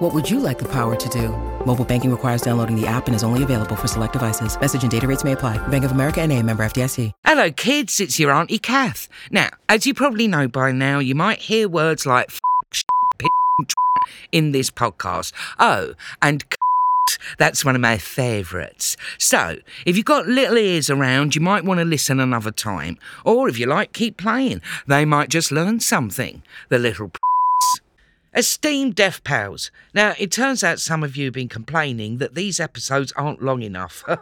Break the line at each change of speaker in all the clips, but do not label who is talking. What would you like the power to do? Mobile banking requires downloading the app and is only available for select devices. Message and data rates may apply. Bank of America and a member FDIC.
Hello, kids, it's your Auntie Kath. Now, as you probably know by now, you might hear words like f, sh, p, tw- in this podcast. Oh, and c- that's one of my favourites. So, if you've got little ears around, you might want to listen another time. Or if you like, keep playing. They might just learn something, the little pricks. Esteemed Deaf Pals, now it turns out some of you have been complaining that these episodes aren't long enough.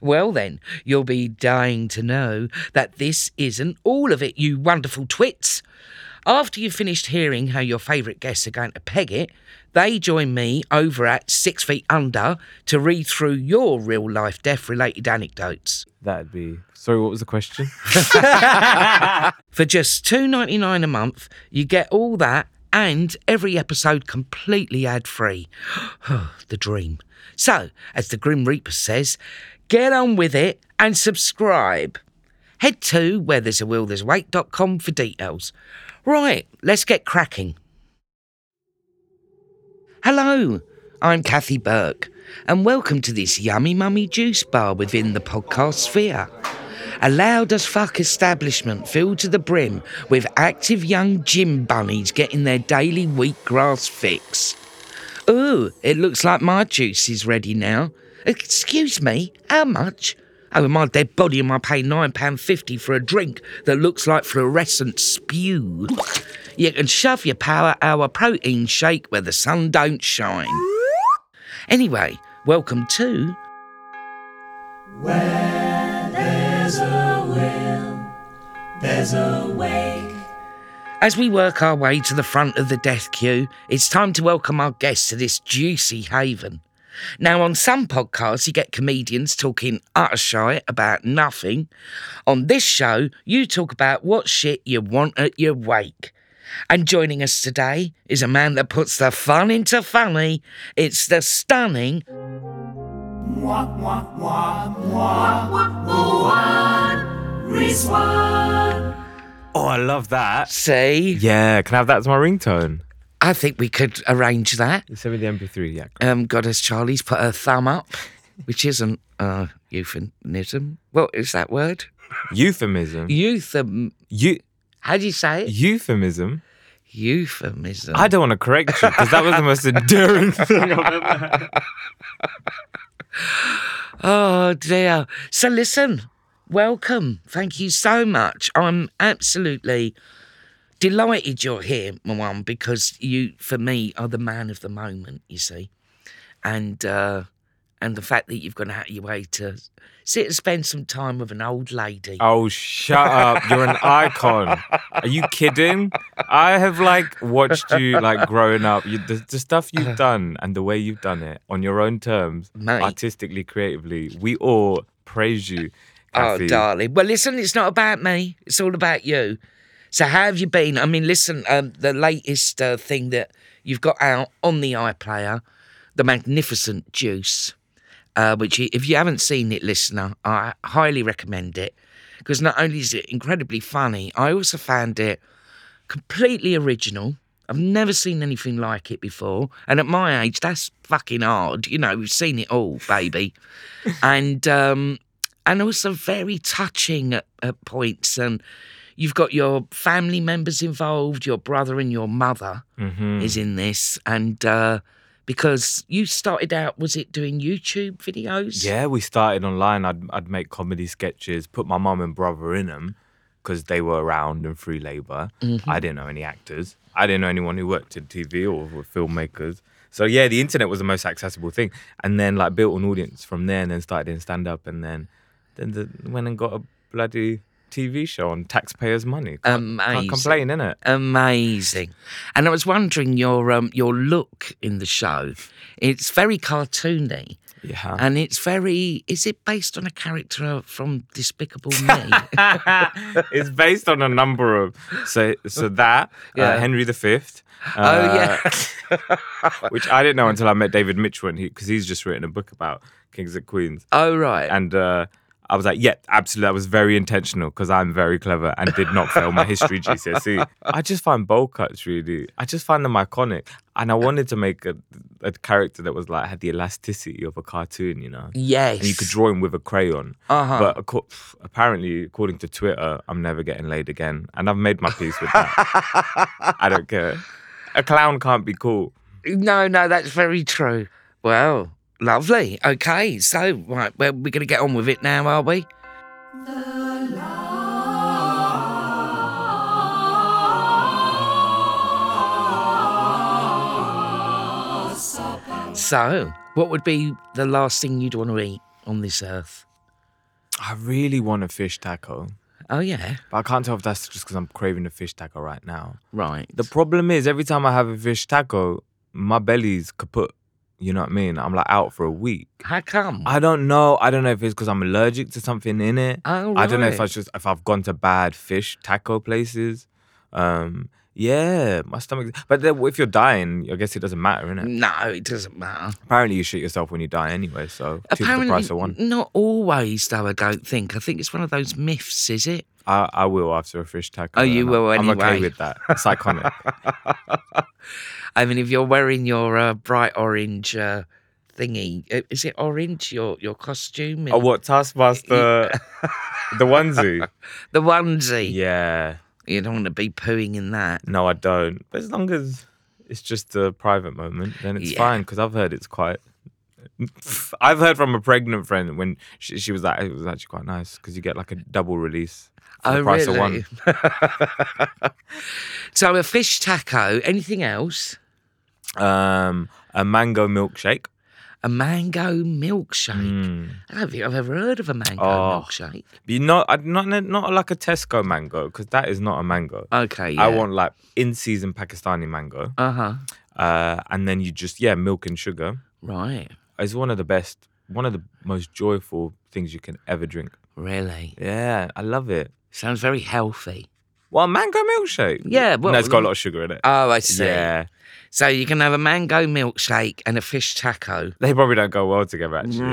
well, then, you'll be dying to know that this isn't all of it, you wonderful twits. After you've finished hearing how your favourite guests are going to peg it, they join me over at Six Feet Under to read through your real life deaf related anecdotes.
That'd be. Sorry, what was the question?
For just two ninety nine a month, you get all that and every episode completely ad free. the dream. So, as the Grim Reaper says, get on with it and subscribe. Head to where there's a will there's wait.com for details. Right, let's get cracking. Hello, I'm Kathy Burke, and welcome to this yummy mummy juice bar within the podcast sphere. A loud as fuck establishment filled to the brim with active young gym bunnies getting their daily wheatgrass fix. Ooh, it looks like my juice is ready now. Excuse me, how much? Over my dead body am I paying £9.50 for a drink that looks like fluorescent spew? You can shove your power hour protein shake where the sun don't shine. Anyway, welcome to As we work our way to the front of the death queue, it's time to welcome our guests to this juicy haven. Now, on some podcasts, you get comedians talking utter shite about nothing. On this show, you talk about what shit you want at your wake. And joining us today is a man that puts the fun into funny. It's the stunning
oh, I love that.
C.
Yeah, can I have that as my ringtone?
I think we could arrange that.
Send me the MP3. Yeah.
um, Goddess Charlie's put her thumb up, which isn't uh, euphemism. What is that word?
Euphemism.
Euthem.
Eu-
How do you say it?
euphemism.
Euphemism.
I don't want to correct you because that was the most endearing thing. I've ever-
Oh dear. So listen, welcome. Thank you so much. I'm absolutely delighted you're here, Mwan, because you, for me, are the man of the moment. You see, and uh, and the fact that you've gone out of your way to sit and spend some time with an old lady.
Oh, shut up! You're an icon. Are you kidding? I have like watched you like growing up. You, the, the stuff you've done and the way you've done it on your own terms,
Mate.
artistically, creatively. We all praise you.
Oh,
Kathy.
darling. Well, listen, it's not about me. It's all about you. So, how have you been? I mean, listen, um, the latest uh, thing that you've got out on the iPlayer, the magnificent Juice, uh, which, i- if you haven't seen it, listener, I highly recommend it because not only is it incredibly funny, I also found it completely original. I've never seen anything like it before. And at my age, that's fucking hard. You know, we've seen it all, baby. and um and also very touching at, at points. And you've got your family members involved, your brother and your mother
Mm-hmm. Hmm.
is in this. And uh because you started out, was it doing YouTube videos?
Yeah, we started online. I'd I'd make comedy sketches, put my mum and brother in them because they were around and free labor.
Mm-hmm.
I didn't know any actors. I didn't know anyone who worked in TV or were filmmakers. So yeah, the internet was the most accessible thing, and then like built an audience from there, and then started in stand up, and then then the, went and got a bloody TV show on taxpayers' money. Can't,
Amazing.
can't complain, innit?
Amazing. And I was wondering your um, your look in the show. It's very cartoony.
Yeah.
And it's very, is it based on a character from Despicable Me?
it's based on a number of so so that
Yeah.
uh, Henry V. Uh,
oh, yeah.
which I didn't know until I met David Mitchell, because he's just written a book about kings and queens.
oh, right.
And uh, I was like, yeah, absolutely. That was very intentional because I'm very clever and did not fail my history GCSE. E. I just find bowl cuts really, I just find them iconic. And I wanted to make a, a character that was like, had the elasticity of a cartoon, you know?
yes.
And you could draw him with a crayon.
Uh-huh.
But acco- pff, apparently, according to Twitter, I'm never getting laid again. And I've made my peace with that. I don't care. A clown can't be cool.
No, no, that's very true. Well, lovely. Okay, so right, well, we're going to get on with it now, are we? So, what would be the last thing you'd want to eat on this earth?
I really want a fish taco.
Oh yeah,
But I can't tell if that's just because I'm craving a fish taco right now.
right.
The problem is, every time I have a fish taco, my belly's kaput. You know what I mean? I'm like out for a week.
How come?
I don't know. I don't know if it's because I'm allergic to something in it.
Oh,
I don't know if I
right.
just if I've gone to bad fish taco places. Um, yeah, my stomach. But then if you're dying, I guess it doesn't matter, innit?
no, it doesn't matter.
Apparently, you shit yourself when you die anyway. So two for the
Apparently, Mm.
price of one.
not always though. I don't think. I think it's one of those myths, is it?
I, I will after a fish taco.
Oh, you
and
will
I'm, I'm
anyway.
okay with that. It's iconic.
I mean, if you're wearing your uh, bright orange uh, thingy, uh, is it orange? Your your costume,
oh, what Taskmaster? the onesie.
the onesie.
Yeah.
You don't want to be pooing in that.
No, I don't. But as long as it's just a private moment, then it's
Yeah.
fine. Because I've heard it's quite. I've heard from a pregnant friend when she, she was like, it was actually quite nice because you get like a double release for the
Oh,
price
really?
of one.
So a fish taco. Anything else?
Um, a mango milkshake.
A mango milkshake.
Mm.
I don't think I've ever heard of a mango
Oh.
milkshake.
But you know, I'd not not like a Tesco mango because that is not a mango.
Okay.
I want like in season Pakistani mango,
Uh huh.
uh, and then you just yeah milk and sugar.
Right.
It's one of the best, one of the most joyful things you can ever drink.
Really.
Yeah, I love it.
Sounds very healthy.
Well, mango milkshake.
Yeah, well-
no, it's got a lot of sugar in it.
Oh, I see.
yeah,
So you can have a mango milkshake and a fish taco.
they probably don't go well together. Actually,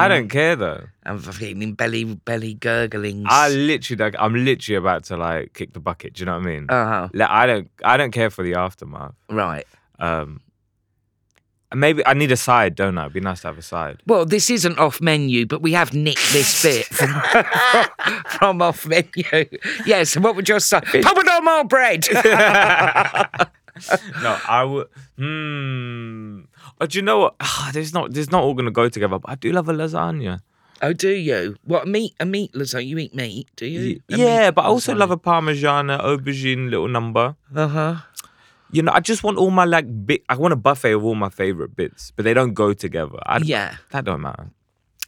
I don't care though.
I'm feeling belly belly gurglings.
I literally, don't, I'm literally about to like kick the bucket. Do you know what I mean?
Uh-huh.
Like, I don't, I don't care for the aftermath.
Right.
Um, maybe I need a side, don't I? It'd be nice to have a side.
Well, this isn't off menu, but we have nicked this bit from, from, from off menu. Yes. what would your say? Pomodoro bread.
No, I would. Hmm. Oh, do you know what? Ah, there's not, there's not all gonna go together. But I do love a lasagna.
oh, do you? What meat? A meat lasagna? You eat meat? Do you?
Yeah, but I also love a parmigiana, aubergine, little number.
Uh huh.
You know, I just want all my like bit. I want a buffet of all my favorite bits, but they don't go together. I,
Yeah.
that don't matter.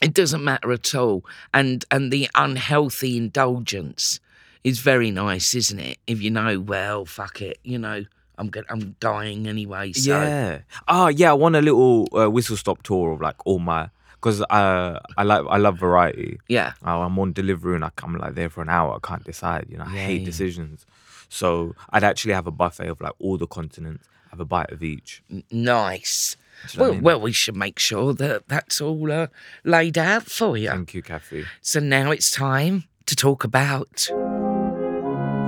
It doesn't matter at all. And and the unhealthy indulgence is very nice, isn't it? If you know, well, fuck it. You know, I'm go- I'm dying anyway. So.
Yeah. Oh yeah, I want a little uh, whistle stop tour of like all my because uh, I like I love variety.
Yeah.
Oh, I'm on delivery and I come like there for an hour. I can't decide. You know, I hate
Yeah.
decisions. So I'd actually have a buffet of like all the continents. Have a bite of each.
Nice.
Do you know what I
Well,
mean?
well, we should make sure that that's all uh, laid out for you.
Thank you, Kathy.
So now it's time to talk about.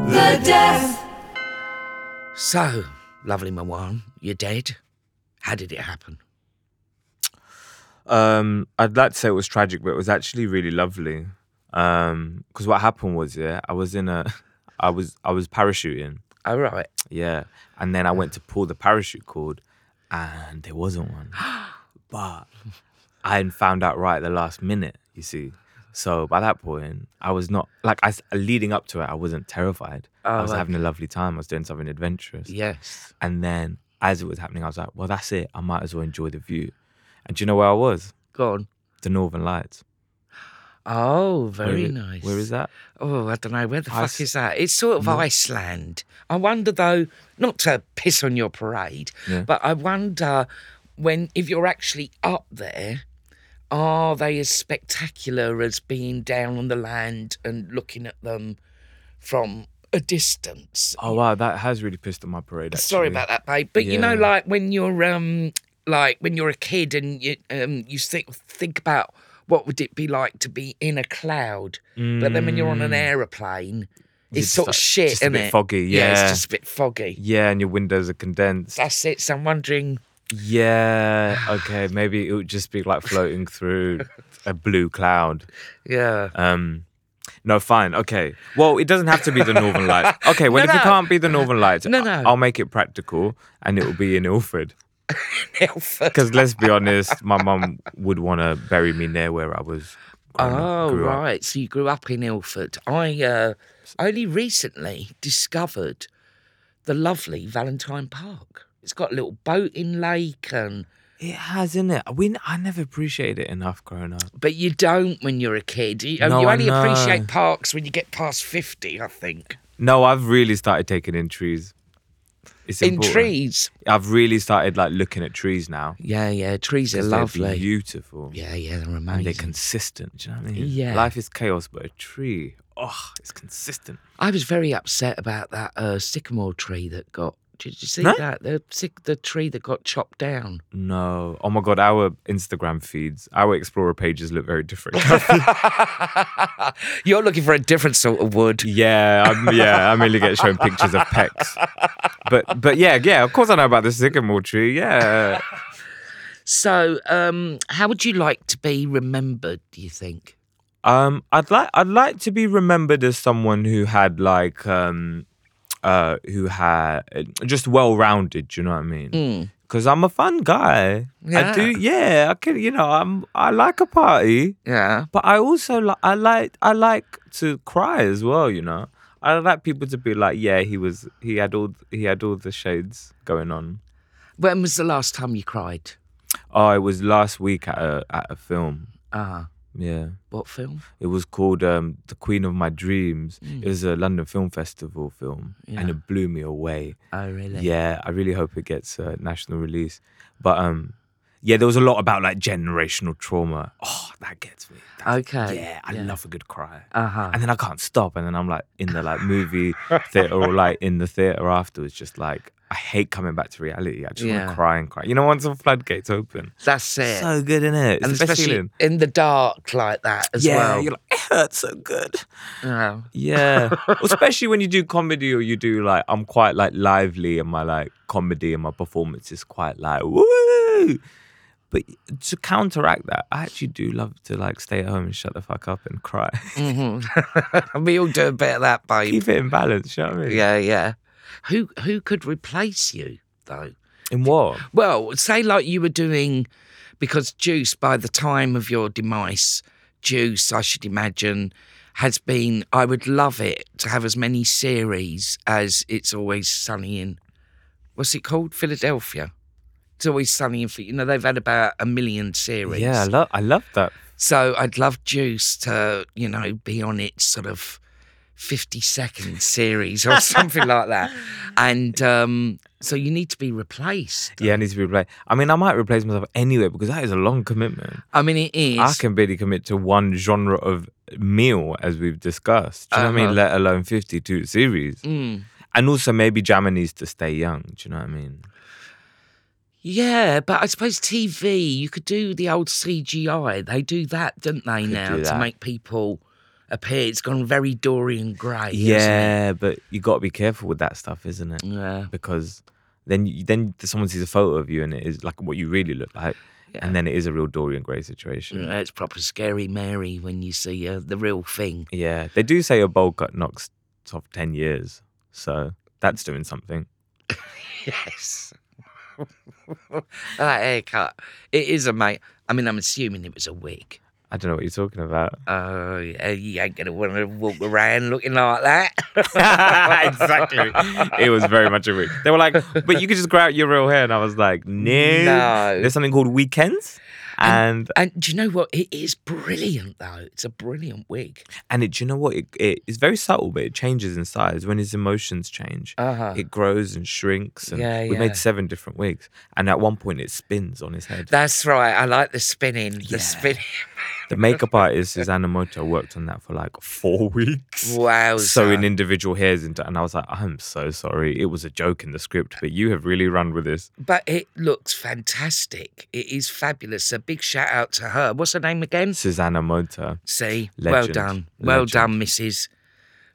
The death.
So, lovely Mawan, you're dead. How did it happen?
Um, I'd like to say it was tragic, but it was actually really lovely. Um, because what happened was, yeah, I was in a, I was I was parachuting,
All right.
yeah, and then I went to pull the parachute cord, and there wasn't one. but I hadn't found out right at the last minute, you see. So by that point, I was not like I s- leading up to it. I wasn't terrified. I
Oh,
was having a lovely time. I was doing something adventurous.
Yes.
And then as it was happening, I was like, well, that's it. I might as well enjoy the view. And do you know where I was?
Go on.
The Northern Lights.
Oh, very
Where i-
nice.
Where is that?
Oh, I don't know. Where the fuck
Ice-
is that? It's sort of Iceland. I wonder, though, not to piss on your parade, but I wonder when, if you're actually up there, are they as spectacular as being down on the land and looking at them from a distance?
Oh wow, that has really pissed on my parade.
Sorry
actually.
about that, babe. But you know,
Yeah.
like when you're um, like when you're a kid and you um, you think think about what would it be like to be in a cloud, but then when you're on an aeroplane, it's,
Mm. It's
sort of
just
shit,
just a
isn't
bit
it?
foggy,
it's
yeah.
just a bit foggy.
Yeah, and your windows are condensed.
That's it. So I'm wondering.
Yeah. Okay. Maybe it would just be like floating through a blue cloud.
Yeah.
Um, no, fine. Okay. Well, it doesn't have to be the Northern Lights. Okay. Well,
No,
if it
no.
can't be the Northern Lights,
No,
I-
no.
I'll make it practical, and it will be in Ilford.
Ilford.
Because let's be honest, my mum would want to bury me near where I was. growing up-
Oh
grew up.
right, so you grew up in Ilford. I uh, only recently discovered the lovely Valentine Park. It's got a little boating lake, and
It has, isn't it? We, n- I never appreciated it enough growing up.
but you don't when you're a kid. You,
No,
you
I
only
know.
appreciate parks when you get past fifty, I think.
No, I've really started taking in trees. It's
In
important.
trees,
I've really started like looking at trees now.
yeah, yeah, trees are
'cause they're
lovely.
beautiful.
yeah, yeah, they're
And they're
amazing.
consistent. Do you know what I mean?
Yeah.
Life is chaos, but a tree, oh, it's consistent.
I was very upset about that uh, sycamore tree that got. Did you see
No?
that the syc- the tree that got chopped down?
No. Oh my God, our Instagram feeds, our Explorer pages look very different.
You're looking for a different sort of wood.
yeah, I'm, yeah, I merely get shown pictures of pecs. But but yeah, yeah, of course I know about the sycamore tree. Yeah.
So, um, how would you like to be remembered? Do you think?
Um, I'd like I'd like to be remembered as someone who had like um, uh, who had just well rounded. You know what I mean? Because I'm a fun guy. I do. Yeah, I can. You know, I'm. I like a party,
Yeah.
but I also like. I like. I like to cry as well. You know. I like people to be like, yeah, he was. He had all. He had all the shades going on.
When was the last time you cried?
Oh, it was last week at a at a film.
Ah,
Yeah.
what film?
It was called um, The Queen of My Dreams.
Mm.
It was a London Film Festival film and it blew me away.
Oh, really?
Yeah, I really hope it gets a national release. But um, yeah, there was a lot about like generational trauma. Oh, that gets me. That's-
Okay,
Yeah, I love a good cry.
Uh-huh.
And then I can't stop. And then I'm like in the like movie theater or like in the theater afterwards, just like, I hate coming back to reality. I just want
Yeah.
to cry and cry. You know, once the floodgates open,
That's it.
so good in it. It's
and
the best
especially
feeling.
in the dark like that as
yeah,
well.
you're like, it hurts so good.
Yeah.
Yeah. Especially when you do comedy or you do like I'm quite like lively and my like comedy and my performance is quite like woo. But to counteract that, I actually do love to like stay at home and shut the fuck up and cry.
Mhm. we all do a bit of that, babe.
Keep it in balance, you know what I mean?
Yeah, yeah. Who who could replace you though?
In what?
Well, say like you were doing, because Juice, by the time of your demise, Juice, I should imagine, has been. I would love it to have as many series as It's Always Sunny in. What's it called? Philadelphia. It's always sunny in. Phil- You know they've had about a million series.
Yeah, I love I love that.
So I'd love Juice to, you know, be on its sort of 50 second series or something like that. And um, so you need to be replaced.
Yeah, I need to be replaced. I mean, I might replace myself anyway because that is a long commitment.
I mean, it is.
I can barely commit to one genre of meal as we've discussed. Do you know what I
Uh-huh.
mean? Let alone fifty two series.
Mm.
And also maybe Jammer needs to stay young. Do you know what I mean?
Yeah, but I suppose TV, you could do the old CGI. They do that, don't they, now,
do
to
that.
make people appear. It's gone very Dorian Gray. Isn't it?
Yeah, but you got to be careful with that stuff, isn't it?
Yeah.
Because then you, then someone sees a photo of you and it is like what you really look like, and then it is a real Dorian Gray situation. Yeah.
Yeah, It's proper scary Mary when you see uh, the real thing.
they do say a bowl cut knocks off ten years, so that's doing something.
Yes. that haircut. It is a mate. I mean, I'm assuming it was a wig.
I don't know what you're talking about.
Oh, yeah, you ain't going to want to walk around looking like that.
exactly. It was very much a week. They were like, but you could just grow out your real hair. And I was like, no.
No.
There's something called weekends. And
And do you know what? It is brilliant though. It's a brilliant wig.
and it, do you know what? It, it, it's very subtle, but it changes in size when his emotions change.
Uh-huh.
It grows and shrinks. And
Yeah,
we
yeah.
made seven different wigs, and at one point it spins on his head.
That's right. I like the spinning. The spinning.
the makeup artist Susanna Moto worked on that for like four weeks.
Wow.
sewing individual hairs into and I was like, I'm so sorry. It was a joke in the script, but you have really run with this.
But it looks fantastic. It is fabulous. A big shout out to her. What's her name again?
Susanna Mota.
See, well
Legend.
done. Well
Legend.
done, Mrs.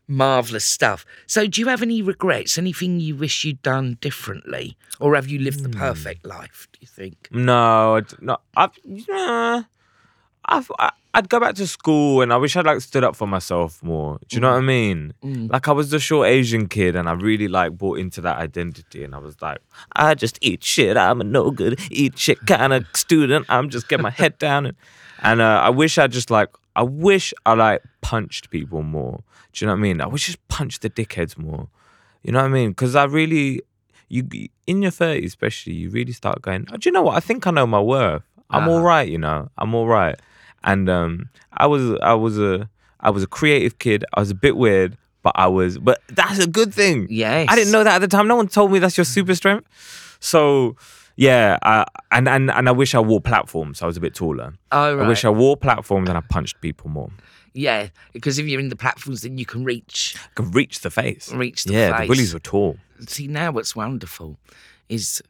Marvellous stuff. So, do you have any regrets? Anything you wish you'd done differently? Or have you lived
Hmm.
the perfect life, do you think?
No, I d- no, I've, nah, I've, I, I'd go back to school and I wish I'd like stood up for myself more. Do you know what I mean? Like I was the short Asian kid and I really like bought into that identity and I was like, I just eat shit. I'm a no good eat shit kind of student. I'm just get my head down and, and uh, I wish I just like, I wish I like punched people more. Do you know what I mean? I wish I just punched the dickheads more. You know what I mean? Because I really, you in your thirties, especially, you really start going. Oh, do you know what? I think I know my worth. I'm
Uh-huh.
all right. You know, I'm all right. And um, I was, I was a, I was a creative kid. I was a bit weird, but I was, but that's a good thing.
Yes. Mm.
I didn't know that at the time. No one told me that's your super strength. So. Yeah, I, and, and and I wish I wore platforms. I was a bit taller.
Oh,
I wish I
right.
wore platforms and I punched people more.
Yeah, because if you're in the platforms, then you can reach.
I could reach the face.
Reach the
yeah,
face.
the willies were tall.
See, now what's wonderful is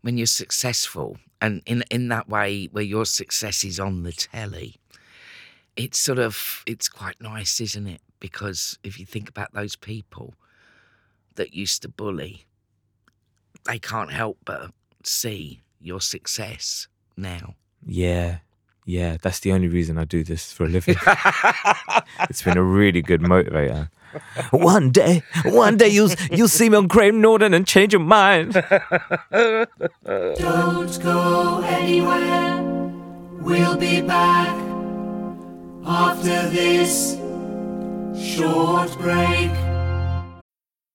when you're successful, and in, in that way, where your success is on the telly, it's sort of, it's quite nice, isn't it? Because if you think about those people that used to bully, they can't help but see your success now.
Yeah. Yeah, that's the only reason I do this for a living. it's been a really good motivator. One day, one day you'll you'll see me on Graham Norton and change your mind.
Don't go anywhere. We'll be back after this short break.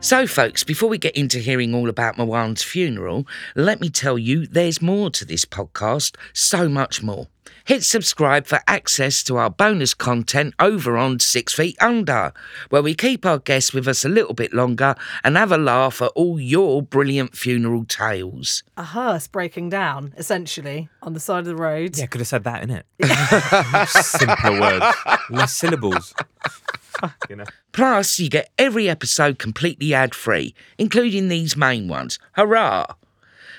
So, folks, before we get into hearing all about Mawan's funeral, let me tell you there's more to this podcast, so much more. Hit subscribe for access to our bonus content over on Six Feet Under, where we keep our guests with us a little bit longer and have a laugh at all your brilliant funeral tales.
A hearse breaking down, essentially, on the side of the road.
Yeah, could have said that in it. Simpler words, less syllables. you know.
Plus, you get every episode completely ad free, including these main ones. Hurrah!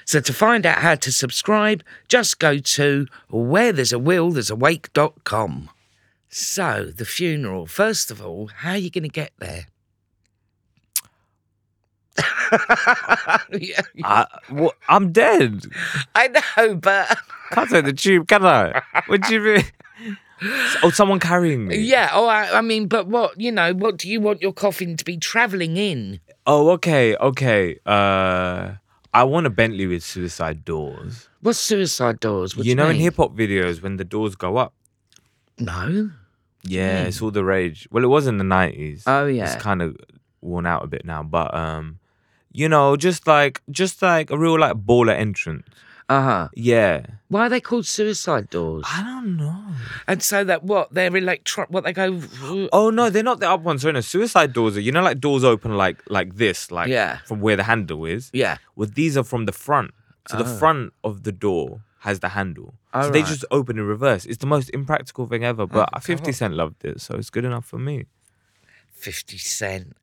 So, to find out how to subscribe, just go to where there's a will, there's a wake.com. So, the funeral. First of all, how are you going to get there? Yeah,
I, well, I'm dead.
I know, but
Can't take the tube, can I? What do you mean? Oh, someone carrying me.
yeah. Oh, I, I mean, but what you know? What do you want your coffin to be travelling in?
Oh, okay, okay. Uh, I want a Bentley with suicide doors.
What's suicide doors? What do
you know, in
mean?
hip hop videos, when the doors go up,
No.
Yeah, it's all the rage. Well, it was in the nineties.
Mm. Oh,
it's
yeah.
kind of worn out a bit now, but um, you know, just like just like a real like baller entrance.
Uh huh.
Yeah.
Why are they called suicide doors?
I don't know.
And so that what they're electron, what they go.
Oh no, they're not the up ones. So no, suicide doors are you know like doors open like like this, like
Yeah.
from where the handle is.
Yeah. Oh.
Well, these are from the front. So the front of the door has the handle. so they
Alright. Oh,
just open in reverse. It's the most impractical thing ever. But Fifty Cent loved it, so it's good enough for me.
Fifty Cent.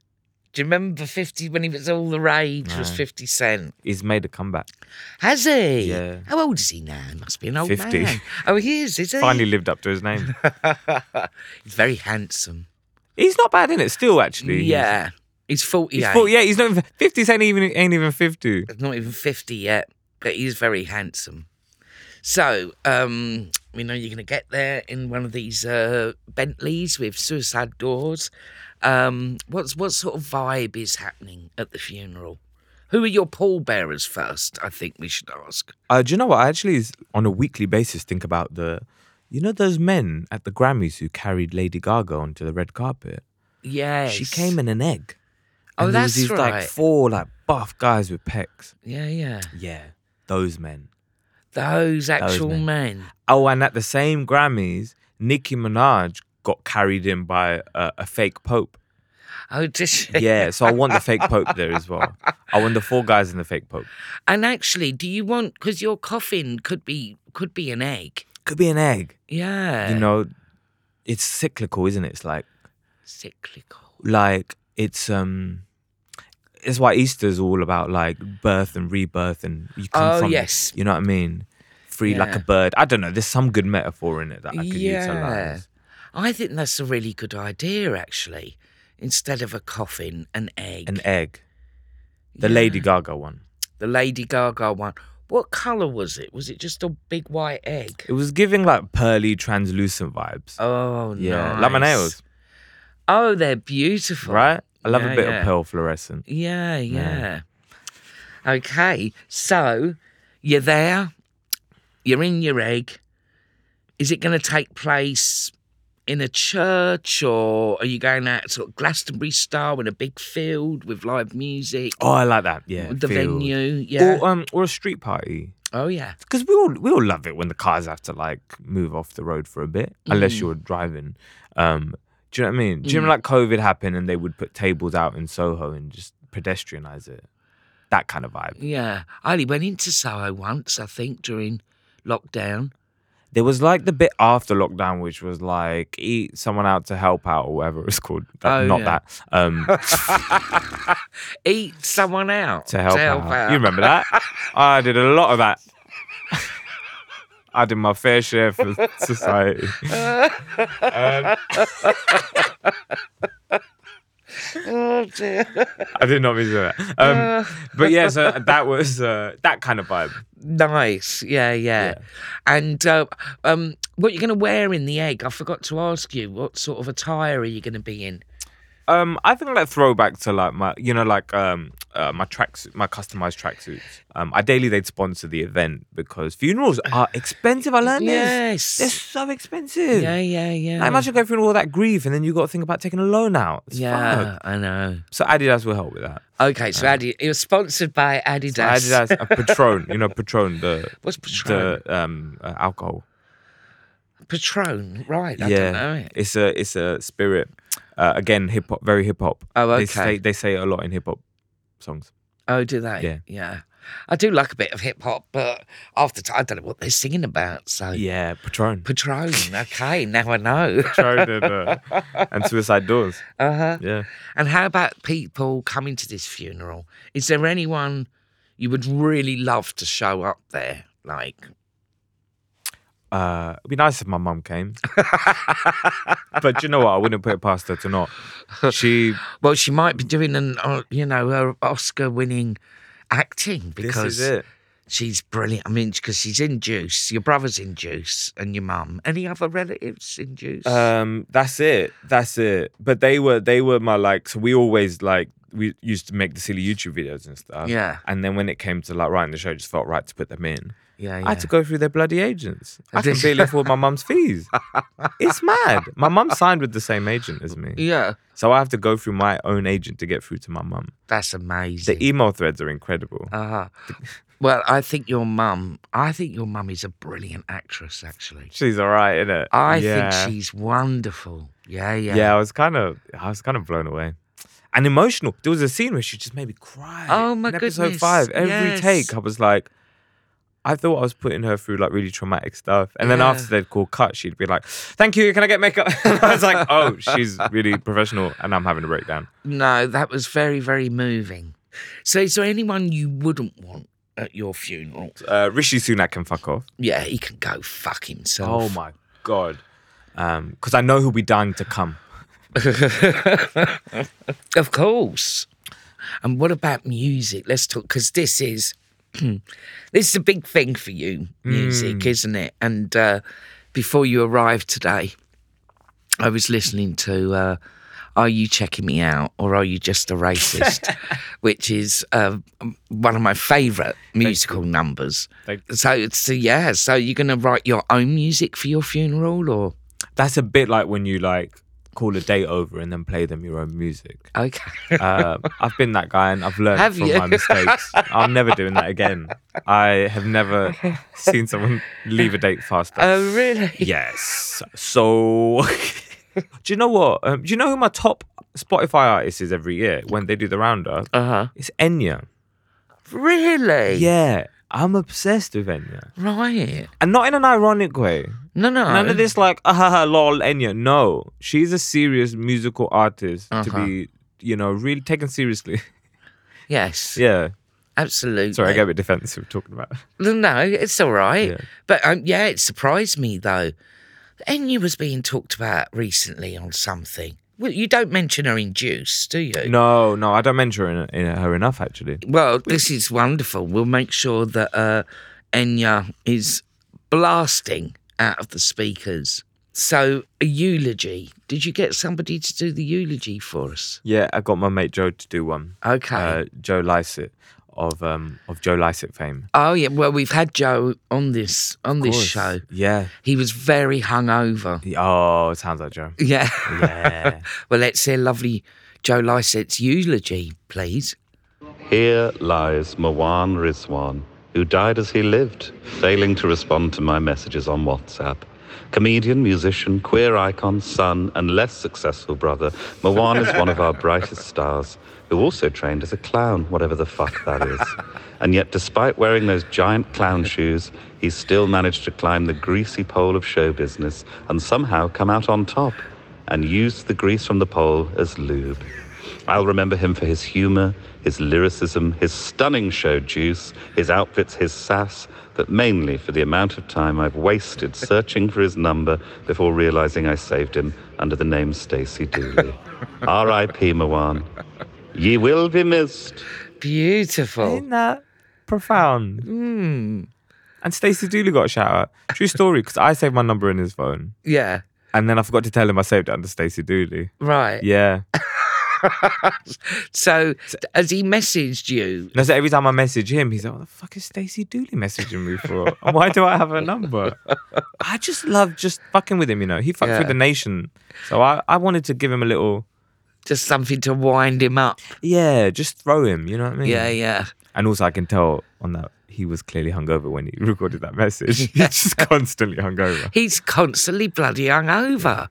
Do you remember Fifty when he was all the rage? Was Fifty Cent?
He's made a comeback.
Has he?
Yeah.
How old is he now? He must be an old
50.
man. Oh, he is. Is he?
Finally lived up to his name.
he's very handsome.
he's not bad in it still, actually.
Yeah. He's forty-eight.
He's, he's 40, yeah, he's not even, 50 Cent even ain't even 50.
He's not even 50 yet, but he's very handsome. So, um, we know you're going to get there in one of these uh, Bentleys with suicide doors. Um, what's what sort of vibe is happening at the funeral? Who are your pallbearers first? I think we should ask.
Uh, do you know what? I actually, s- on a weekly basis, think about the, you know, those men at the Grammys who carried Lady Gaga onto the red carpet.
Yes,
She came in an egg.
Oh,
And there was
that's
these, Like
right.
four like buff guys with pecs.
Yeah, yeah.
Yeah, those men.
Those actual
men.
men.
Oh, and at the same Grammys, Nicki Minaj got carried in by a, a fake pope.
Oh, just
Yeah, so I want the fake pope there as well. I want the four guys and the fake pope.
And actually, do you want? Because your coffin could be could be an egg.
Could be an egg.
Yeah.
You know, it's cyclical, isn't it? It's like
cyclical.
like it's um it's why Easter's all about like birth and rebirth and you come
Oh,
from
yes.
you know what I mean? Free like a
Yeah.
bird. I don't know, there's some good metaphor in it that I could utilize.
I think that's a really good idea, actually. Instead of a coffin, an egg.
An egg. The Lady Gaga one.
the Lady Gaga one. What colour was it? Was it just a big white egg?
It was giving like pearly translucent vibes.
Oh,
yeah.
nice.
Like my nails,
Oh, they're beautiful.
right? I love
Yeah,
a bit
yeah.
of pearl fluorescent.
Yeah, yeah. Okay, so you're there, you're in your egg. Is it going to take place in a church or are you going out sort of Glastonbury style in a big field with live music?
Oh, I like that. Yeah.
the
field.
venue, yeah.
Or um or a street party.
oh yeah,
because we all we all love it when the cars have to like move off the road for a bit, unless you're driving. Um, do you know what I mean? Do you remember like COVID happened and they would put tables out in Soho and just pedestrianize it? That kind of vibe.
yeah. I only went into Soho once, I think, during lockdown.
There was like the bit after lockdown, which was like eat someone out to help out or whatever it's called. That-
Oh,
not
yeah.
that. Um,
Eat someone out
to help, out. You remember that? I did a lot of that. I did my fair share for society.
Oh dear.
I did not mean to do that. Um, but yeah, so that was uh, that kind of vibe.
Nice. Yeah, yeah. And uh, um, what you're going to wear in the egg? I forgot to ask you. What sort of attire are you going to be in?
Um, I think like throwback to like my, you know, like um, uh, my tracks, my customized tracksuits. Um, ideally they'd sponsor the event because funerals are expensive. I learned
Yes.
this. They're so expensive.
Yeah, yeah, yeah.
Like, imagine going through all that grief and then you got to think about taking a loan out. It's
yeah,
fuck.
I know.
So Adidas will help with that.
Okay, so Adi, it was sponsored by Adidas.
Adidas, uh, Patron, you know, Patron, the
What's Patron?
the um uh, alcohol.
Patron, right? I
yeah,
don't know it.
it's a it's a spirit. Uh, again, hip hop, very hip hop.
Oh, okay.
They say, they say it a lot in hip hop songs.
Oh, do they?
Yeah.
yeah. I do like a bit of hip hop, but after t- I don't know what they're singing about. So
Yeah, Patron.
Patron. Okay, now I know.
Patron and, uh, and Suicide Doors.
Uh huh.
Yeah.
And how about people coming to this funeral? Is there anyone you would really love to show up there? Like,
Uh, it'd be nice if my mum came. but you know what? I wouldn't put it past her to not. She
well, she might be doing an, uh, you know, her Oscar-winning acting because
this is it.
she's brilliant. I mean, because she's in Juice. Your brother's in Juice, and your mum. Any other relatives in Juice?
Um, that's it. That's it. But they were they were my like. So we always like we used to make the silly YouTube videos and stuff.
Yeah.
And then when it came to like writing the show, it just felt right to put them in.
yeah,
I had to go through their bloody agents. I can
Did you?
barely afford my mum's fees. It's mad. My mum signed with the same agent as me.
Yeah,
So I have to go through my own agent to get through to my mum.
that's amazing.
e The email threads are incredible.
Uh-huh. Well, I think your mum. I think your mum is a brilliant actress. Actually,
She's all right, isn't it?
I think she's wonderful. Yeah, yeah.
Yeah. I was kind of, I was kind of blown away, and emotional. There was a scene where she just made me cry.
Oh, my
in Episode
goodness,
five, every
yes.
take, I was like, I thought I was putting her through like really traumatic stuff, and then
Yeah.
after they'd call cut, she'd be like, "Thank you, can I get makeup?" and I was like, "Oh, she's really professional," and I'm having a breakdown.
No, that was very, very moving. So, is there anyone you wouldn't want at your funeral?
Uh, Rishi Sunak can fuck off.
Yeah, he can go fuck himself.
Oh my god, because I know he'll be dying to come.
Of course. And what about music? Let's talk because this is this is a big thing for you, music, isn't it? And uh, before you arrived today, I was listening to uh, "Are You Checking Me Out" or "Are You Just a Racist," which is uh, one of my favourite musical numbers.
Thank-
So it's yeah. So you're going to write your own music for your funeral, or
That's a bit like when you like call a date over and then play them your own music.
okay?
Uh, I've been that guy and I've learned
Have
from
you?
my mistakes. I'm never doing that again. I have never seen someone leave a date faster.
Oh really?
yes. So, do you know what? Um, do you know who my top Spotify artist is every year when they do the roundup?
Uh huh.
It's Enya.
Really?
Yeah. I'm obsessed with Enya.
Right.
And not in an ironic way.
No, no.
None of this like, ah, ha, ha, lol, Enya. No. She's a serious musical artist to
Uh-huh.
be, you know, really taken seriously.
Yes.
yeah.
Absolutely.
Sorry, I get a bit defensive talking about.
No, No, it's all right.
Yeah.
But um, yeah, it surprised me though. Enya was being talked about recently on something. Well, you don't mention her in Juice, do you?
No, no, I don't mention her, in, in her enough actually.
Well, this is wonderful. We'll make sure that uh, Enya is blasting out of the speakers. So, a eulogy. Did you get somebody to do the eulogy for us?
Yeah, I got my mate Joe to do one.
Okay.
Uh, Joe Lycett of um of Joe Lycett fame.
oh yeah. Well, we've had Joe on this on this
Course.
show.
Yeah.
He was very hungover.
He- oh, it sounds like Joe.
Yeah.
Yeah.
Well, let's hear lovely Joe Lycett's eulogy, please.
Here lies Mawan Rizwan, who died as he lived, failing to respond to my messages on WhatsApp. Comedian, musician, queer icon, son, and less successful brother, Mawan is one of our brightest stars, who also trained as a clown, whatever the fuck that is. And yet, despite wearing those giant clown shoes, he still managed to climb the greasy pole of show business and somehow come out on top and used the grease from the pole as lube. I'll remember him for his humor, his lyricism, his stunning show juice, his outfits, his sass, but mainly for the amount of time I've wasted searching for his number before realizing I saved him under the name Stacy Dooley. R.I.P. Mawan. Ye will be missed.
Beautiful.
Isn't that profound? And Stacey Dooley got a shout out. True story, because I saved my number in his phone,
Yeah.
and then I forgot to tell him I saved it under Stacey Dooley.
Right.
Yeah.
So, has he messaged you?
No, so every time I message him, he's like, "What the fuck is Stacey Dooley messaging me for? And Why do I have her number?" I just love just fucking with him, you know. He fucked
Yeah.
with the nation, so I, I wanted to give him a little,
Just something to wind him up.
yeah, just throw him, you know what I mean?
Yeah, yeah.
And also, I can tell on that he was clearly hungover when he recorded that message. He's just constantly hungover.
He's constantly bloody hungover.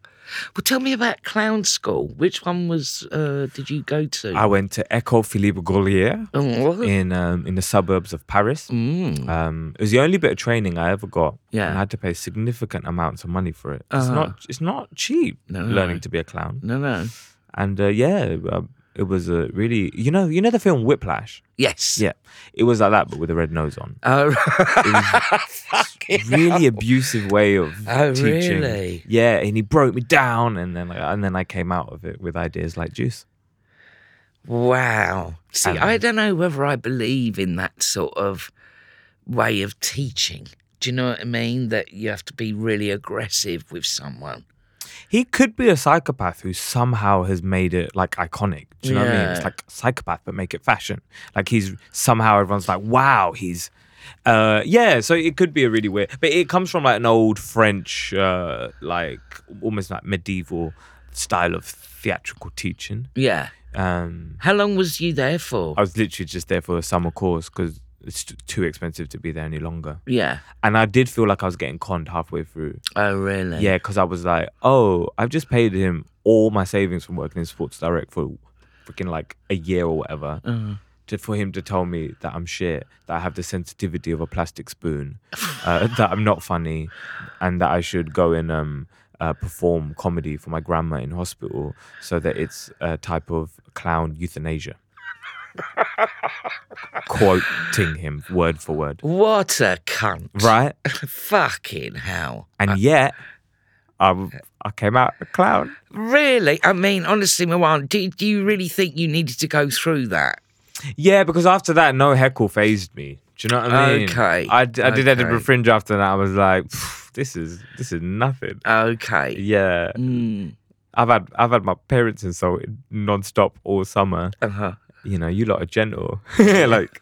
Well, tell me about clown school. Which one was uh, did you go to?
I went to Echo Philippe Gaulier
Oh,
in um, in the suburbs of Paris. Um, it was the only bit of training I ever got.
Mm. Yeah. Uh-huh.
and I had to pay significant amounts of money for it. It's not it's not cheap
No.
learning to be a clown.
no, no.
And uh, yeah, uh, it was a really you know you know the film Whiplash.
Yes.
Yeah, it was like that, but with a red nose on.
Oh,
Really abusive way of
Oh,
teaching.
really?
Yeah, and he broke me down, and then like, and then I came out of it with ideas like juice.
Wow. See, I don't know whether I believe in that sort of way of teaching. Do you know what I mean? That you have to be really aggressive with someone.
He could be a psychopath who somehow has made it like iconic. Do you know what I mean?
Yeah.
It's like psychopath, but make it fashion. Like he's somehow everyone's like, wow, he's. Uh, yeah, so it could be a really weird, but it comes from like an old French, uh, like almost like medieval style of theatrical teaching.
Yeah. Oh.
Um,
How long was you there for?
I was literally just there for a summer course because it's t- too expensive to be there any longer.
Yeah.
And I did feel like I was getting conned halfway through.
Oh, really?
Yeah, because I was like, oh, I've just paid him all my savings from working in Sports Direct for freaking like a year or whatever.
Mhm.
To, for him to tell me that I'm shit, that I have the sensitivity of a plastic spoon, uh, that I'm not funny, and that I should go and um, uh, perform comedy for my grandma in hospital so that it's a type of clown euthanasia. Quoting him word for word.
What a cunt.
Right?
Fucking hell.
And yet, I, I came out a clown.
Really? I mean, honestly, Mawan, do, do you really think you needed to go through that?
Yeah, because after that, no heckle phased me. Do you know what I mean?
Okay,
I, d- I did
okay.
Edinburgh Fringe after that. I was like, "Pff, this is this is nothing.
Okay.
Yeah.
Mm.
I've had I've had my parents insulted nonstop all summer.
Uh-huh.
You know, you lot are gentle. like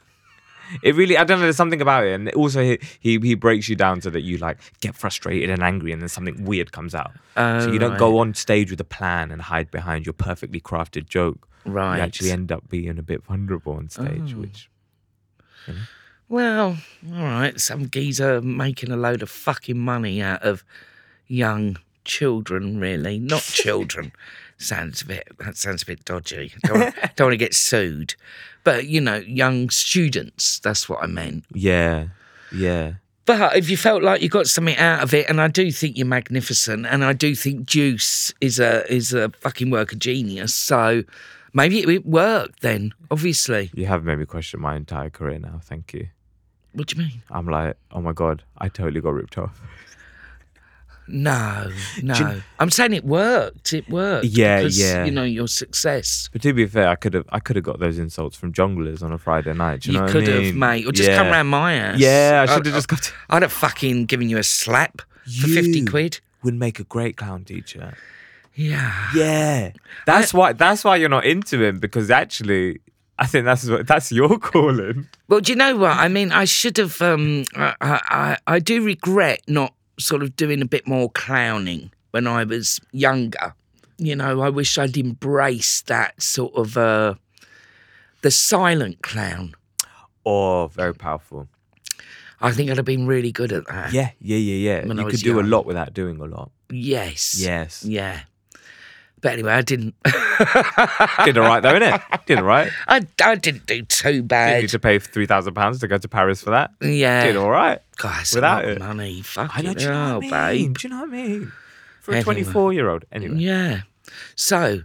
it really I don't know, there's something about it. And also he, he he breaks you down so that you like get frustrated and angry and then something weird comes out. so you don't go on stage with a plan and hide behind your perfectly crafted joke.
Right. Oh.
You actually end up being a bit vulnerable on stage, which
Well, all right. Some geezer making a load of fucking money out of young children, really. Not children. sounds a bit, that sounds a bit dodgy. Don't want, don't want to get sued. But, you know, young students, that's what I meant.
Yeah. Yeah.
But if you felt like you got something out of it, and I do think you're magnificent, and I do think Juice is a is a fucking work of genius. So maybe it, it worked then. Obviously,
You have made me question my entire career now, thank you.
what do you mean?
I'm like, oh my god, I totally got ripped off.
No, no. I'm saying it worked. It worked.
Yeah,
because,
yeah.
You know your success.
But to be fair, I could have I could have got those insults from jonglers on a Friday night. do You,
You,
know what I
could have,
mean?
mate, or just
Yeah.
come round my ass.
Yeah, I should
I'd-
have just got.
I'd have fucking given you a slap for fifty
You
quid.
Would make a great clown teacher.
Yeah.
Yeah, that's why. That's why you're not into him because actually, I think that's what that's your calling.
Well, do you know what? I mean, I should have. Um, I, I, I- I do regret not sort of doing a bit more clowning when I was younger. You know, I wish I'd embraced that sort of uh, the silent clown.
Oh, very powerful.
I think I'd have been really good at that.
Yeah, yeah, yeah, yeah.
When I
you could
was
do a
young.
lot without doing a lot.
Yes.
Yes.
Yeah. But anyway, I didn't.
Did all right though, innit? Did all right.
I, I didn't do too
Didn't
bad.
need to pay three thousand pounds to go to Paris for that.
Yeah.
Did all right.
Guys,
without
without
it.
money. Fuck
I know.
it.
Do you know
Oh,
what I mean?
babe.
Do you know what I mean? For
Anyway.
a 24 year old. Anyway.
Yeah. So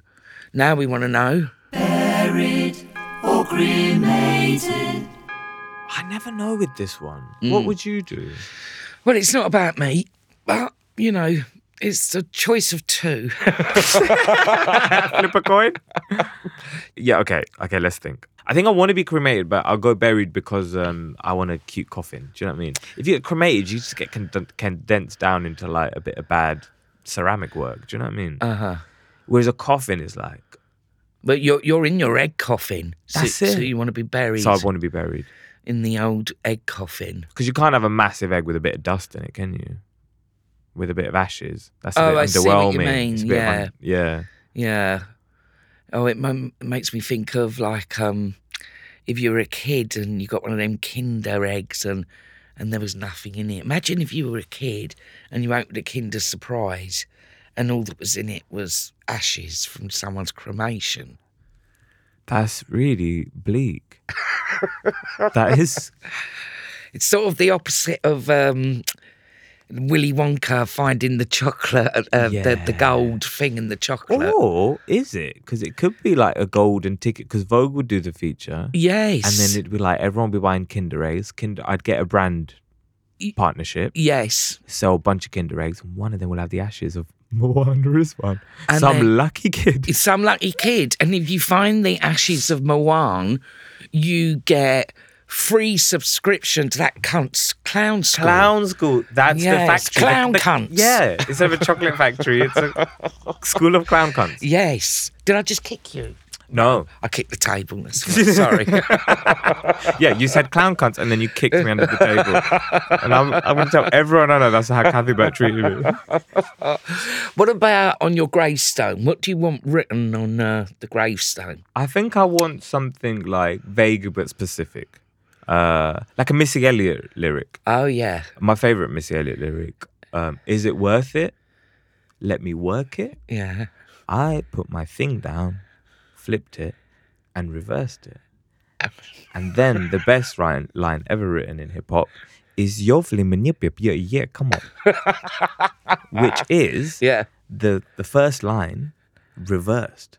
now we want to know.
Buried or cremated.
I never know with this one. What would you do?
Well, it's not about me, but you know, it's a choice of two.
Flip a coin? yeah, okay. Okay, let's think. I think I want to be cremated, but I'll go buried because um, I want a cute coffin. Do you know what I mean? If you get cremated, you just get con- condensed down into like a bit of bad ceramic work. Do you know what I mean?
Uh huh.
Whereas a coffin is like,
But you're you're in your egg coffin. So,
That's
so
it.
you want to be buried
so I want to be buried.
in the old egg coffin.
Because you can't have a massive egg with a bit of dust in it, can you? With a bit of ashes. That's a
Oh,
bit
I see what you
underwhelming.
mean,
It's a bit un-
yeah.
yeah.
Yeah. Oh, it m- makes me think of like um, if you were a kid and you got one of them Kinder eggs and and there was nothing in it. Imagine if you were a kid and you opened a Kinder Surprise, and all that was in it was ashes from someone's cremation.
That's really bleak. that is
It's sort of the opposite of um, Willy Wonka finding the chocolate, uh, the, the
Yeah. Oh.
gold thing in the chocolate.
Or is it? Because it could be like a golden ticket. Because Vogue would do the feature,
Yes.
and then it'd be like everyone would be buying Kinder eggs. Kinder, I'd get a brand
Y-
partnership,
yes.
sell a bunch of Kinder eggs, and one of them will have the ashes of Moana's one.
And
Some
then-
lucky kid.
It's some lucky kid. And if you find the ashes of Moan, you get free subscription to that cunt's clown school.
Clown school. That's
Yes,
the factory.
clown
the, the-
cunts.
Yeah, instead of a chocolate factory, it's a school of clown cunts.
Yes. Did I just kick you?
No.
I kicked the table. That's fine. Sorry.
Yeah, you said clown cunts, and then you kicked me under the table. And I'm, I'm going to tell everyone I know that's how Kathy Burt treated me.
what about on your gravestone? What do you want written on uh, the gravestone?
I think I want something like vague but specific. uh, like a Missy Elliott lyric.
Oh yeah,
my favorite Missy Elliott lyric. Um, is it worth it? Let me work it.
Yeah.
I put my thing down, flipped it, and reversed it. And then the best line, line ever written in hip hop is "Yo flimanipip yeah yeah come on," which is
yeah
the the first line reversed,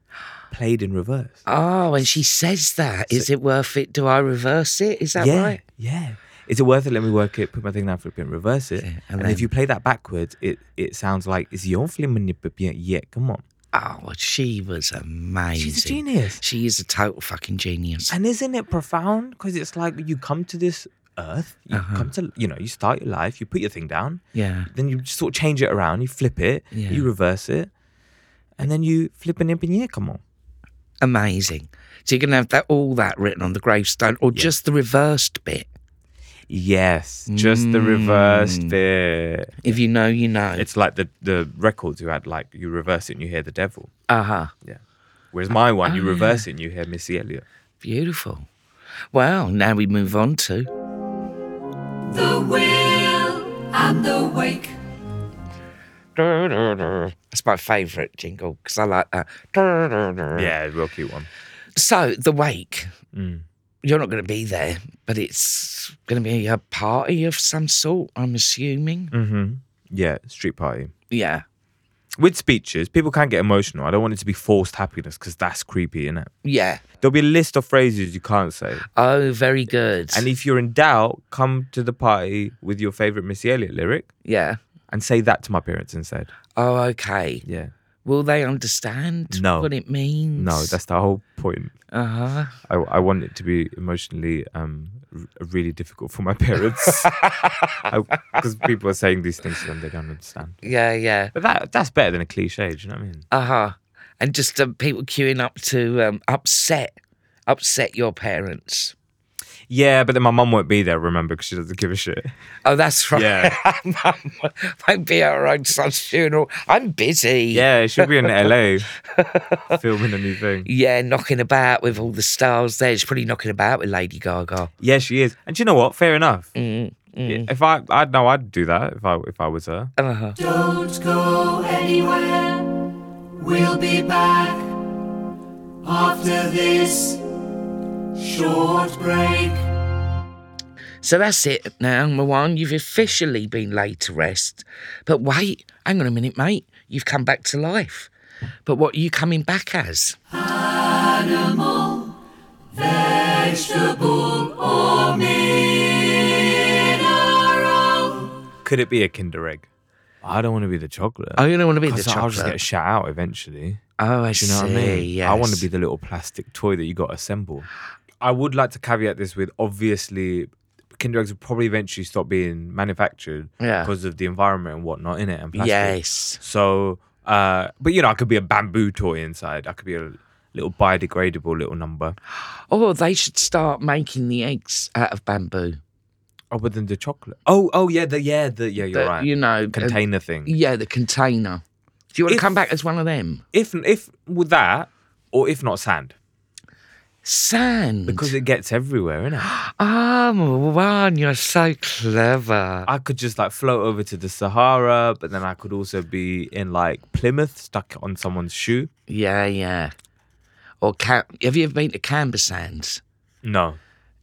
played in reverse.
Oh, and she says that. Is it worth it? Do I reverse it? Is that
yeah,
right?
yeah. Is it worth it? Let me work it. Put my thing down, flip it, and reverse it. and
then-
if you play that backwards, it it sounds like "Is yo flimanipip yeah yeah come on."
Oh, she was amazing.
She's a genius.
She is a total fucking genius.
And isn't it profound? Because it's like you come to this earth, you
Uh-huh.
come to, you know, you start your life, you put your thing down,
yeah.
then you just sort of change it around, you flip it,
Yeah.
you reverse it, and then you flip an imp and yeah, come on.
Amazing. So you're gonna have that all that written on the gravestone, or just the reversed bit.
Yes, just the reversed
Mm.
bit.
If you know, you know.
It's like the, the records who had like, you reverse it and you hear the devil.
Uh huh.
Yeah. Whereas my one,
oh,
you
yeah.
reverse it and you hear Missy Elliott.
Beautiful. Well, now we move on to
The will and the wake.
that's my favourite jingle because I like that.
Yeah, real cute one.
So the wake.
Mm.
You're not going to be there, but it's going to be a party of some sort. I'm assuming.
hmm Yeah, street party.
Yeah.
With speeches, people can get emotional. I don't want it to be forced happiness because that's creepy, innit?
Yeah.
There'll be a list of phrases you can't say.
Oh, very good.
And if you're in doubt, come to the party with your favorite Missy Elliott lyric
yeah.
and say that to my parents instead.
Oh, okay.
Yeah.
Will they understand
No.
what it means?
No, that's the whole point.
Uh huh.
I, I want it to be emotionally um, r- really difficult for my parents because people are saying these things to them they don't understand.
Yeah, yeah.
But that that's better than a cliche. Do you know what I mean?
Uh huh. And just um, people queuing up to um, upset, upset your parents.
Yeah, but then my mum won't be there. Remember, because she doesn't give a shit.
Oh, that's right.
Yeah.
Mum won't be at her own son's funeral. I'm busy.
Yeah, she'll be in LA filming a new thing.
Yeah, knocking about with all the stars there. She's probably knocking about with Lady Gaga.
Yeah, she is. And do you know what? Fair enough.
Mm,
Yeah, If I, I'd know, I'd do that if I if I was her.
Uh huh.
Don't go anywhere. We'll be back after this short break.
So that's it now, Moan. You've officially been laid to rest. But wait, hang on a minute, mate. You've come back to life. But what are you coming back as?
Animal, vegetable, or mineral.
Could it be a Kinder Egg? I don't want to be the chocolate.
Oh, you don't want to be the
'Cause
chocolate.
I'll just get shut out eventually.
oh, I
Do
see.
you know what I mean?
Yes.
I want to be the little plastic toy that you got to assemble. I would like to caveat this with obviously Kinder Eggs will probably eventually stop being manufactured
Yeah.
because of the environment and whatnot in it and plastic.
Yes.
So, uh, but you know, I could be a bamboo toy inside. I could be a little biodegradable little number.
Or Oh, they should start making the eggs out of bamboo.
Oh, but then the chocolate. Oh, oh yeah, the yeah, the yeah, you're
The-
right.
You know, and-
container thing.
yeah, the container. Do you want
Hmm. If-
to come back as one of them?
If if with that, or if not sand,
Sand.
because it gets everywhere, innit?
oh, Moan, you're so clever.
I could just like float over to the Sahara, but then I could also be in like Plymouth, stuck on someone's shoe.
Yeah, yeah. Or Cam- have you ever been to Canberra Sands?
No,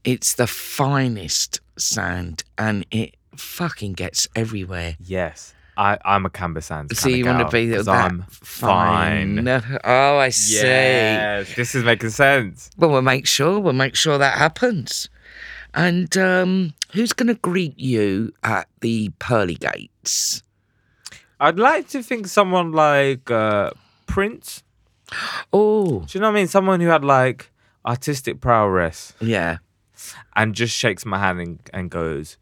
It's the finest sand, and it fucking gets everywhere.
yes, I I'm a Canberra sands.
so
kinda
you want
gal,
to be
'cause
that
I'm fine.
fine. Oh, I see.
Yes, this is making sense.
Well, we'll make sure. We'll make sure that happens. And um, who's going to greet you at the pearly gates?
I'd like to think someone like uh, Prince.
Oh,
Do you know what I mean? Someone who had like artistic prowess.
yeah.
and just shakes my hand and, and goes,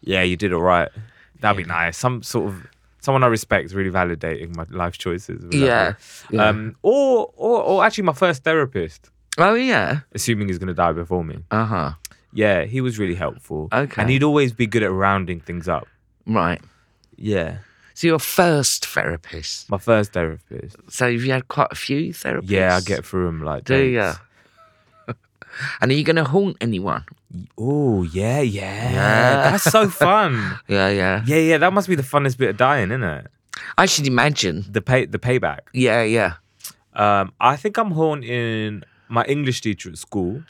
"Yeah, you did all right. That'd be nice. Some sort of someone I respect really validating my life choices. was that
Yeah,
right? Um. Or or or actually, my first therapist,
Oh, yeah.
assuming he's gonna die before me.
Uh huh.
Yeah, he was really helpful.
Okay.
And he'd always be good at rounding things up.
Right.
Yeah.
So your first therapist.
My first therapist.
So have you had quite a few therapists?
Yeah, I get through him like.
Do
dates.
ya? And are you going to haunt anyone?
Oh, yeah, yeah.
Yeah.
That's so fun.
Yeah, yeah.
yeah, yeah. That must be the funnest bit of dying, isn't it?
I should imagine.
The pay, the payback.
Yeah, yeah.
Um, I think I'm haunting my English teacher at school,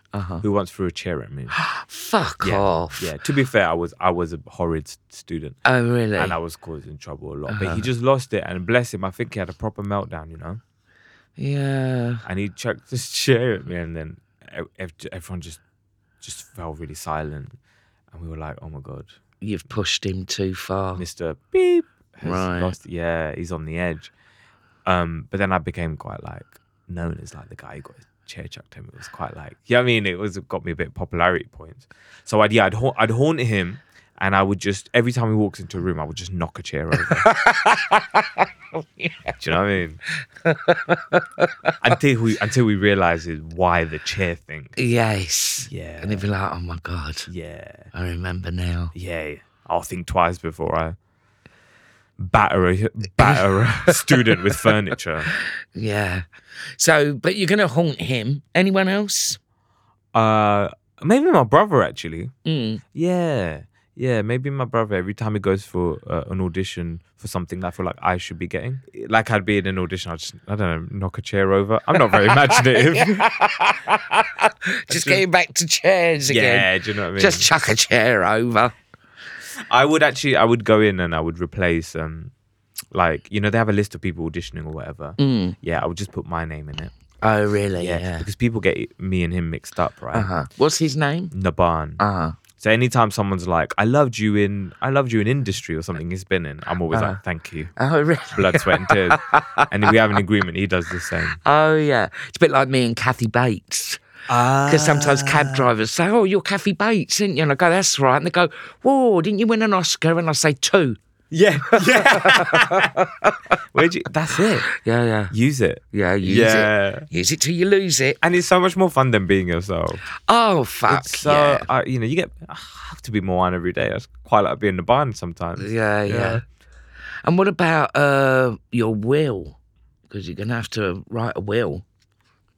who once threw a chair at me.
Fuck
yeah.
off.
Yeah. To be fair, I was I was a horrid s- student.
Oh, really?
And I was causing trouble a lot. But he just lost it, and bless him, I think he had a proper meltdown. You know.
yeah.
and he chucked his chair at me, and then ev- ev- everyone just just fell really silent, and we were like, "Oh my god,
You've pushed him too far.
Mister Beep has
Right.
lost, yeah, he's on the edge." Um, but then I became quite like known as like the guy who got his chair chucked at him. It was quite like, yeah, I mean, it was it got me a bit of popularity points. So I'd yeah, I'd haunt, I'd haunt him. And I would just every time he walks into a room, I would just knock a chair over. Do you know what I mean? until we until we realize why the chair thing.
Yes.
Yeah.
And he'd be like, oh my God,
Yeah.
I remember now.
Yeah. I'll think twice before I batter a batter a student with furniture.
Yeah. So, but you're going to haunt him. Anyone else?
Uh maybe my brother actually.
Mm.
Yeah. Yeah, maybe my brother. Every time he goes for uh, an audition for something, I feel like I should be getting. Like I'd be in an audition, I just I don't know, knock a chair over. I'm not very imaginative.
Just getting back to chairs again.
yeah, do you know what I mean?
Just chuck a chair over.
I would actually, I would go in and I would replace, um, like you know, they have a list of people auditioning or whatever.
Mm.
Yeah, I would just put my name in it.
Oh, really? Yeah.
because people get me and him mixed up, right?
Uh huh. What's his name?
Naban.
Uh huh.
so anytime someone's like, "I loved you in, I loved you in industry" or something, he's been in, I'm always like, "Thank you."
Oh, really?
Blood, sweat, and tears. and if we have an agreement, he does the same.
Oh, yeah. It's a bit like me and Kathy Bates.
Ah.
Because sometimes cab drivers say, Oh, you're Kathy Bates, didn't you? And I go, That's right. And they go, Whoa, didn't you win an Oscar? And I say, Two.
Yeah, Where'd you? That's it.
Yeah, yeah.
Use it.
Yeah, use
Yeah.
it. Use it till you lose it.
And it's so much more fun than being yourself.
Oh, fuck.
It's so
yeah.
I, you know you get I have to be more on every day. I quite like being in the barn sometimes.
yeah, yeah, And what about uh, your will? Because you're going to have to write a will.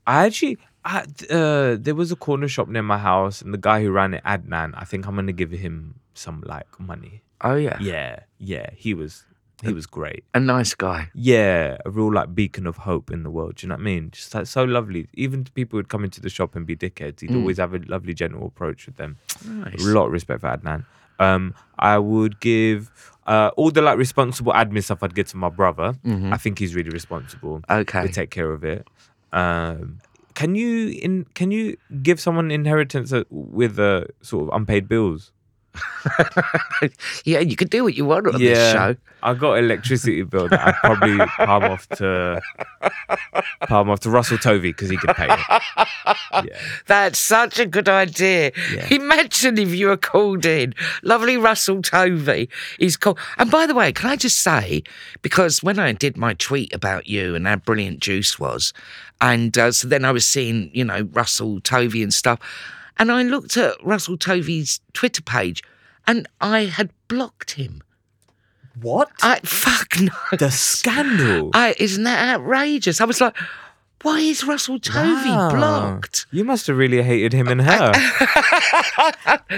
I actually I, uh, there was a corner shop near my house, and the guy who ran it, Adnan. I think I'm gonna give him some like money.
Oh, yeah.
Yeah, yeah. He was he was great.
A nice guy.
Yeah, a real like beacon of hope in the world. Do you know what I mean? Just like so lovely. Even to people who'd come into the shop and be dickheads, he'd always have a lovely, gentle approach with them.
Mm. Nice.
A lot of respect for Adnan. Um, I would give uh, all the like responsible admin stuff I'd give to my brother. I think he's really responsible.
Mm-hmm. Okay.
We take care of it. Um, can you in can you give someone inheritance uh, with uh, sort of unpaid bills?
yeah, you can do what you want on this show.
I got electricity bill that I'd probably palm off to palm off to Russell Tovey because he could pay it. Yeah.
That's such a good idea. Imagine if you were called in. Lovely Russell Tovey is called. And by the way, can I just say, because when I did my tweet about you and how brilliant Juice was, and uh, so then I was seeing, you know, Russell Tovey and stuff, and I looked at Russell Tovey's Twitter page and I had blocked him.
What?
I fuck no.
the scandal.
I, isn't that outrageous? I was like, why is Russell Tovey
Wow.
blocked?
You must have really hated him and her.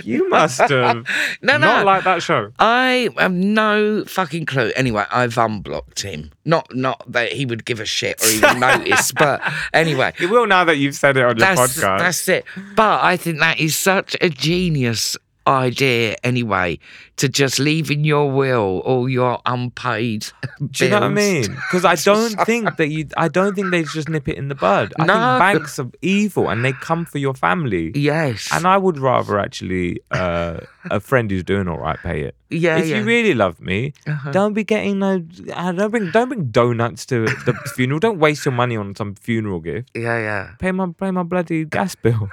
you must have.
No, no.
Not like that show.
I have no fucking clue. Anyway, I've unblocked him. Not not that he would give a shit or even notice, but anyway.
It will now that you've said it on your
That's,
podcast.
that's it. But I think that is such a genius idea anyway to just leave in your will all your unpaid
Do you know what I
bills.
mean? Because I don't think that you. I don't think they just nip it in the bud. I
No.
think banks are evil and they come for your family.
Yes.
And I would rather actually uh, a friend who's doing all right pay it.
Yeah,
If
yeah. Uh-huh.
you really love me, don't be getting no. Uh, don't bring don't bring donuts to the funeral. Don't waste your money on some funeral gift.
yeah, yeah.
Pay my pay my bloody gas bill.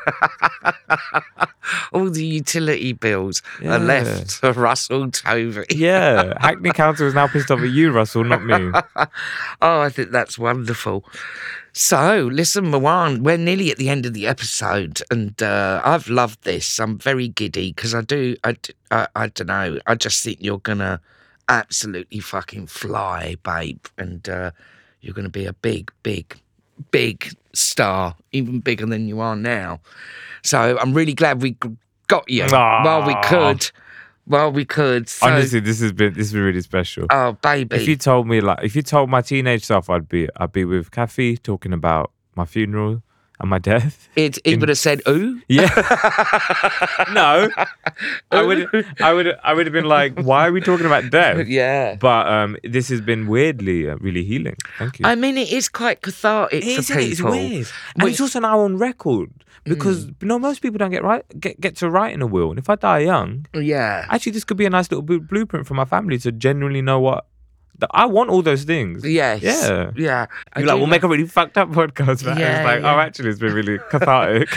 All the utility bills
Yeah.
are left to Russell Tovey.
yeah, Hackney Council is now pissed off at you, Russell, not me.
Oh, I think that's wonderful. So, listen, Mawan, we're nearly at the end of the episode, and uh, I've loved this. I'm very giddy because I do, I, d- I, don't know, I just think you're gonna absolutely fucking fly, babe, and uh, you're gonna be a big, big, big star, even bigger than you are now. So I'm really glad we g- got you
Aw.
while we could. While we could. So,
Honestly, this has been this has been really special.
oh baby,
If you told me like if you told my teenage self I'd be I'd be with Kathy talking about my funeral and my death.
it it would have said ooh.
Yeah. no. I would I would I would have been like, why are we talking about death?
Yeah.
But um this has been weirdly uh, really healing. Thank you.
I mean, it is quite cathartic for
Isn't
people.
it? It's weird. And it's also now on record
Hmm.
because you know, most people don't get right get, get to writing a will. And if I die young,
Yeah.
actually, this could be a nice little blu- blueprint for my family to genuinely know what that I want. All those things.
Yes.
Yeah.
Yeah. I
You're like,
do
we'll make a really fucked up podcast. Right?
Yeah,
it's like,
yeah.
oh, actually, it's been really cathartic.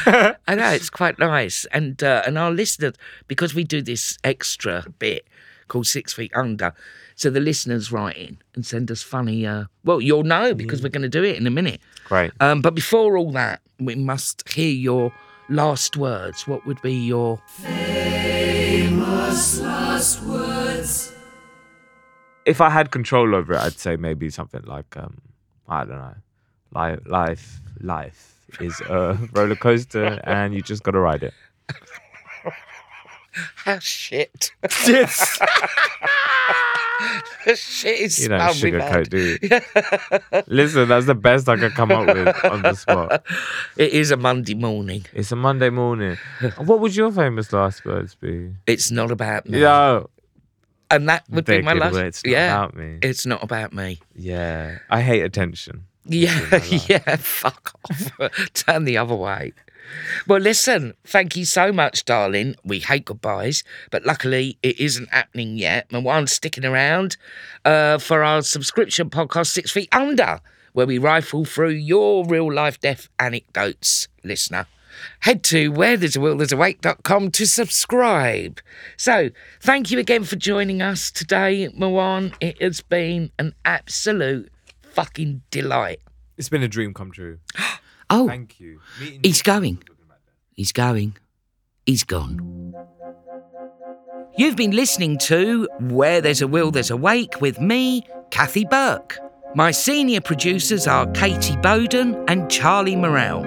I know it's quite nice, and uh, and our listeners because we do this extra bit called Six Feet Under, so the listeners write in and send us funny. Uh, well, you'll know because
Mm.
we're going to do it in a minute.
Great.
Um, but before all that, we must hear your last words. What would be your?
Famous last words.
If I had control over it, I'd say maybe something like, um, I don't know, life, life, life is a roller coaster, and you just got to ride it.
How Ah, shit!
Yes.
shit is
You don't
so bad.
sugarcoat, do you? Listen, that's the best I could come up with on the spot.
It is a Monday morning.
It's a Monday morning. What would your famous last words be?
It's not about me.
Yo,
And that would
They
be my
could
last.
wait, it's not
yeah.
about me.
It's not about me.
yeah, I hate attention.
Yeah, yeah, fuck off. Turn the other way. Well, listen, thank you so much, darling. We hate goodbyes, but luckily it isn't happening yet. Mawan's sticking around uh, for our subscription podcast, Six Feet Under, where we rifle through your real life death anecdotes, listener. Head to where there's a will, there's a wake.com to subscribe. So, thank you again for joining us today, Mawan. It has been an absolute fucking delight.
It's been a dream come true.
Oh,
Thank you. Meeting
He's
you-
going. He's going. He's gone. You've been listening to Where There's a Will, There's a Wake with me, Kathy Burke. My senior producers are Katie Bowden and Charlie Morell.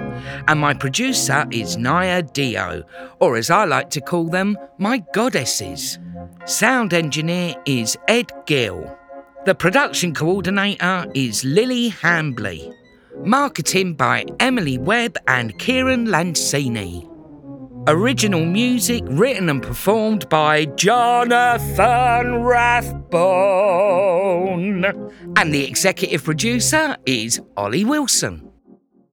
And my producer is Naya Dio, or as I like to call them, my goddesses. Sound engineer is Ed Gill. The production coordinator is Lily Hambley. Marketing by Emily Webb and Kieran Lancini. Original music written and performed by Jonathan Rathbone. And the executive producer is Ollie Wilson.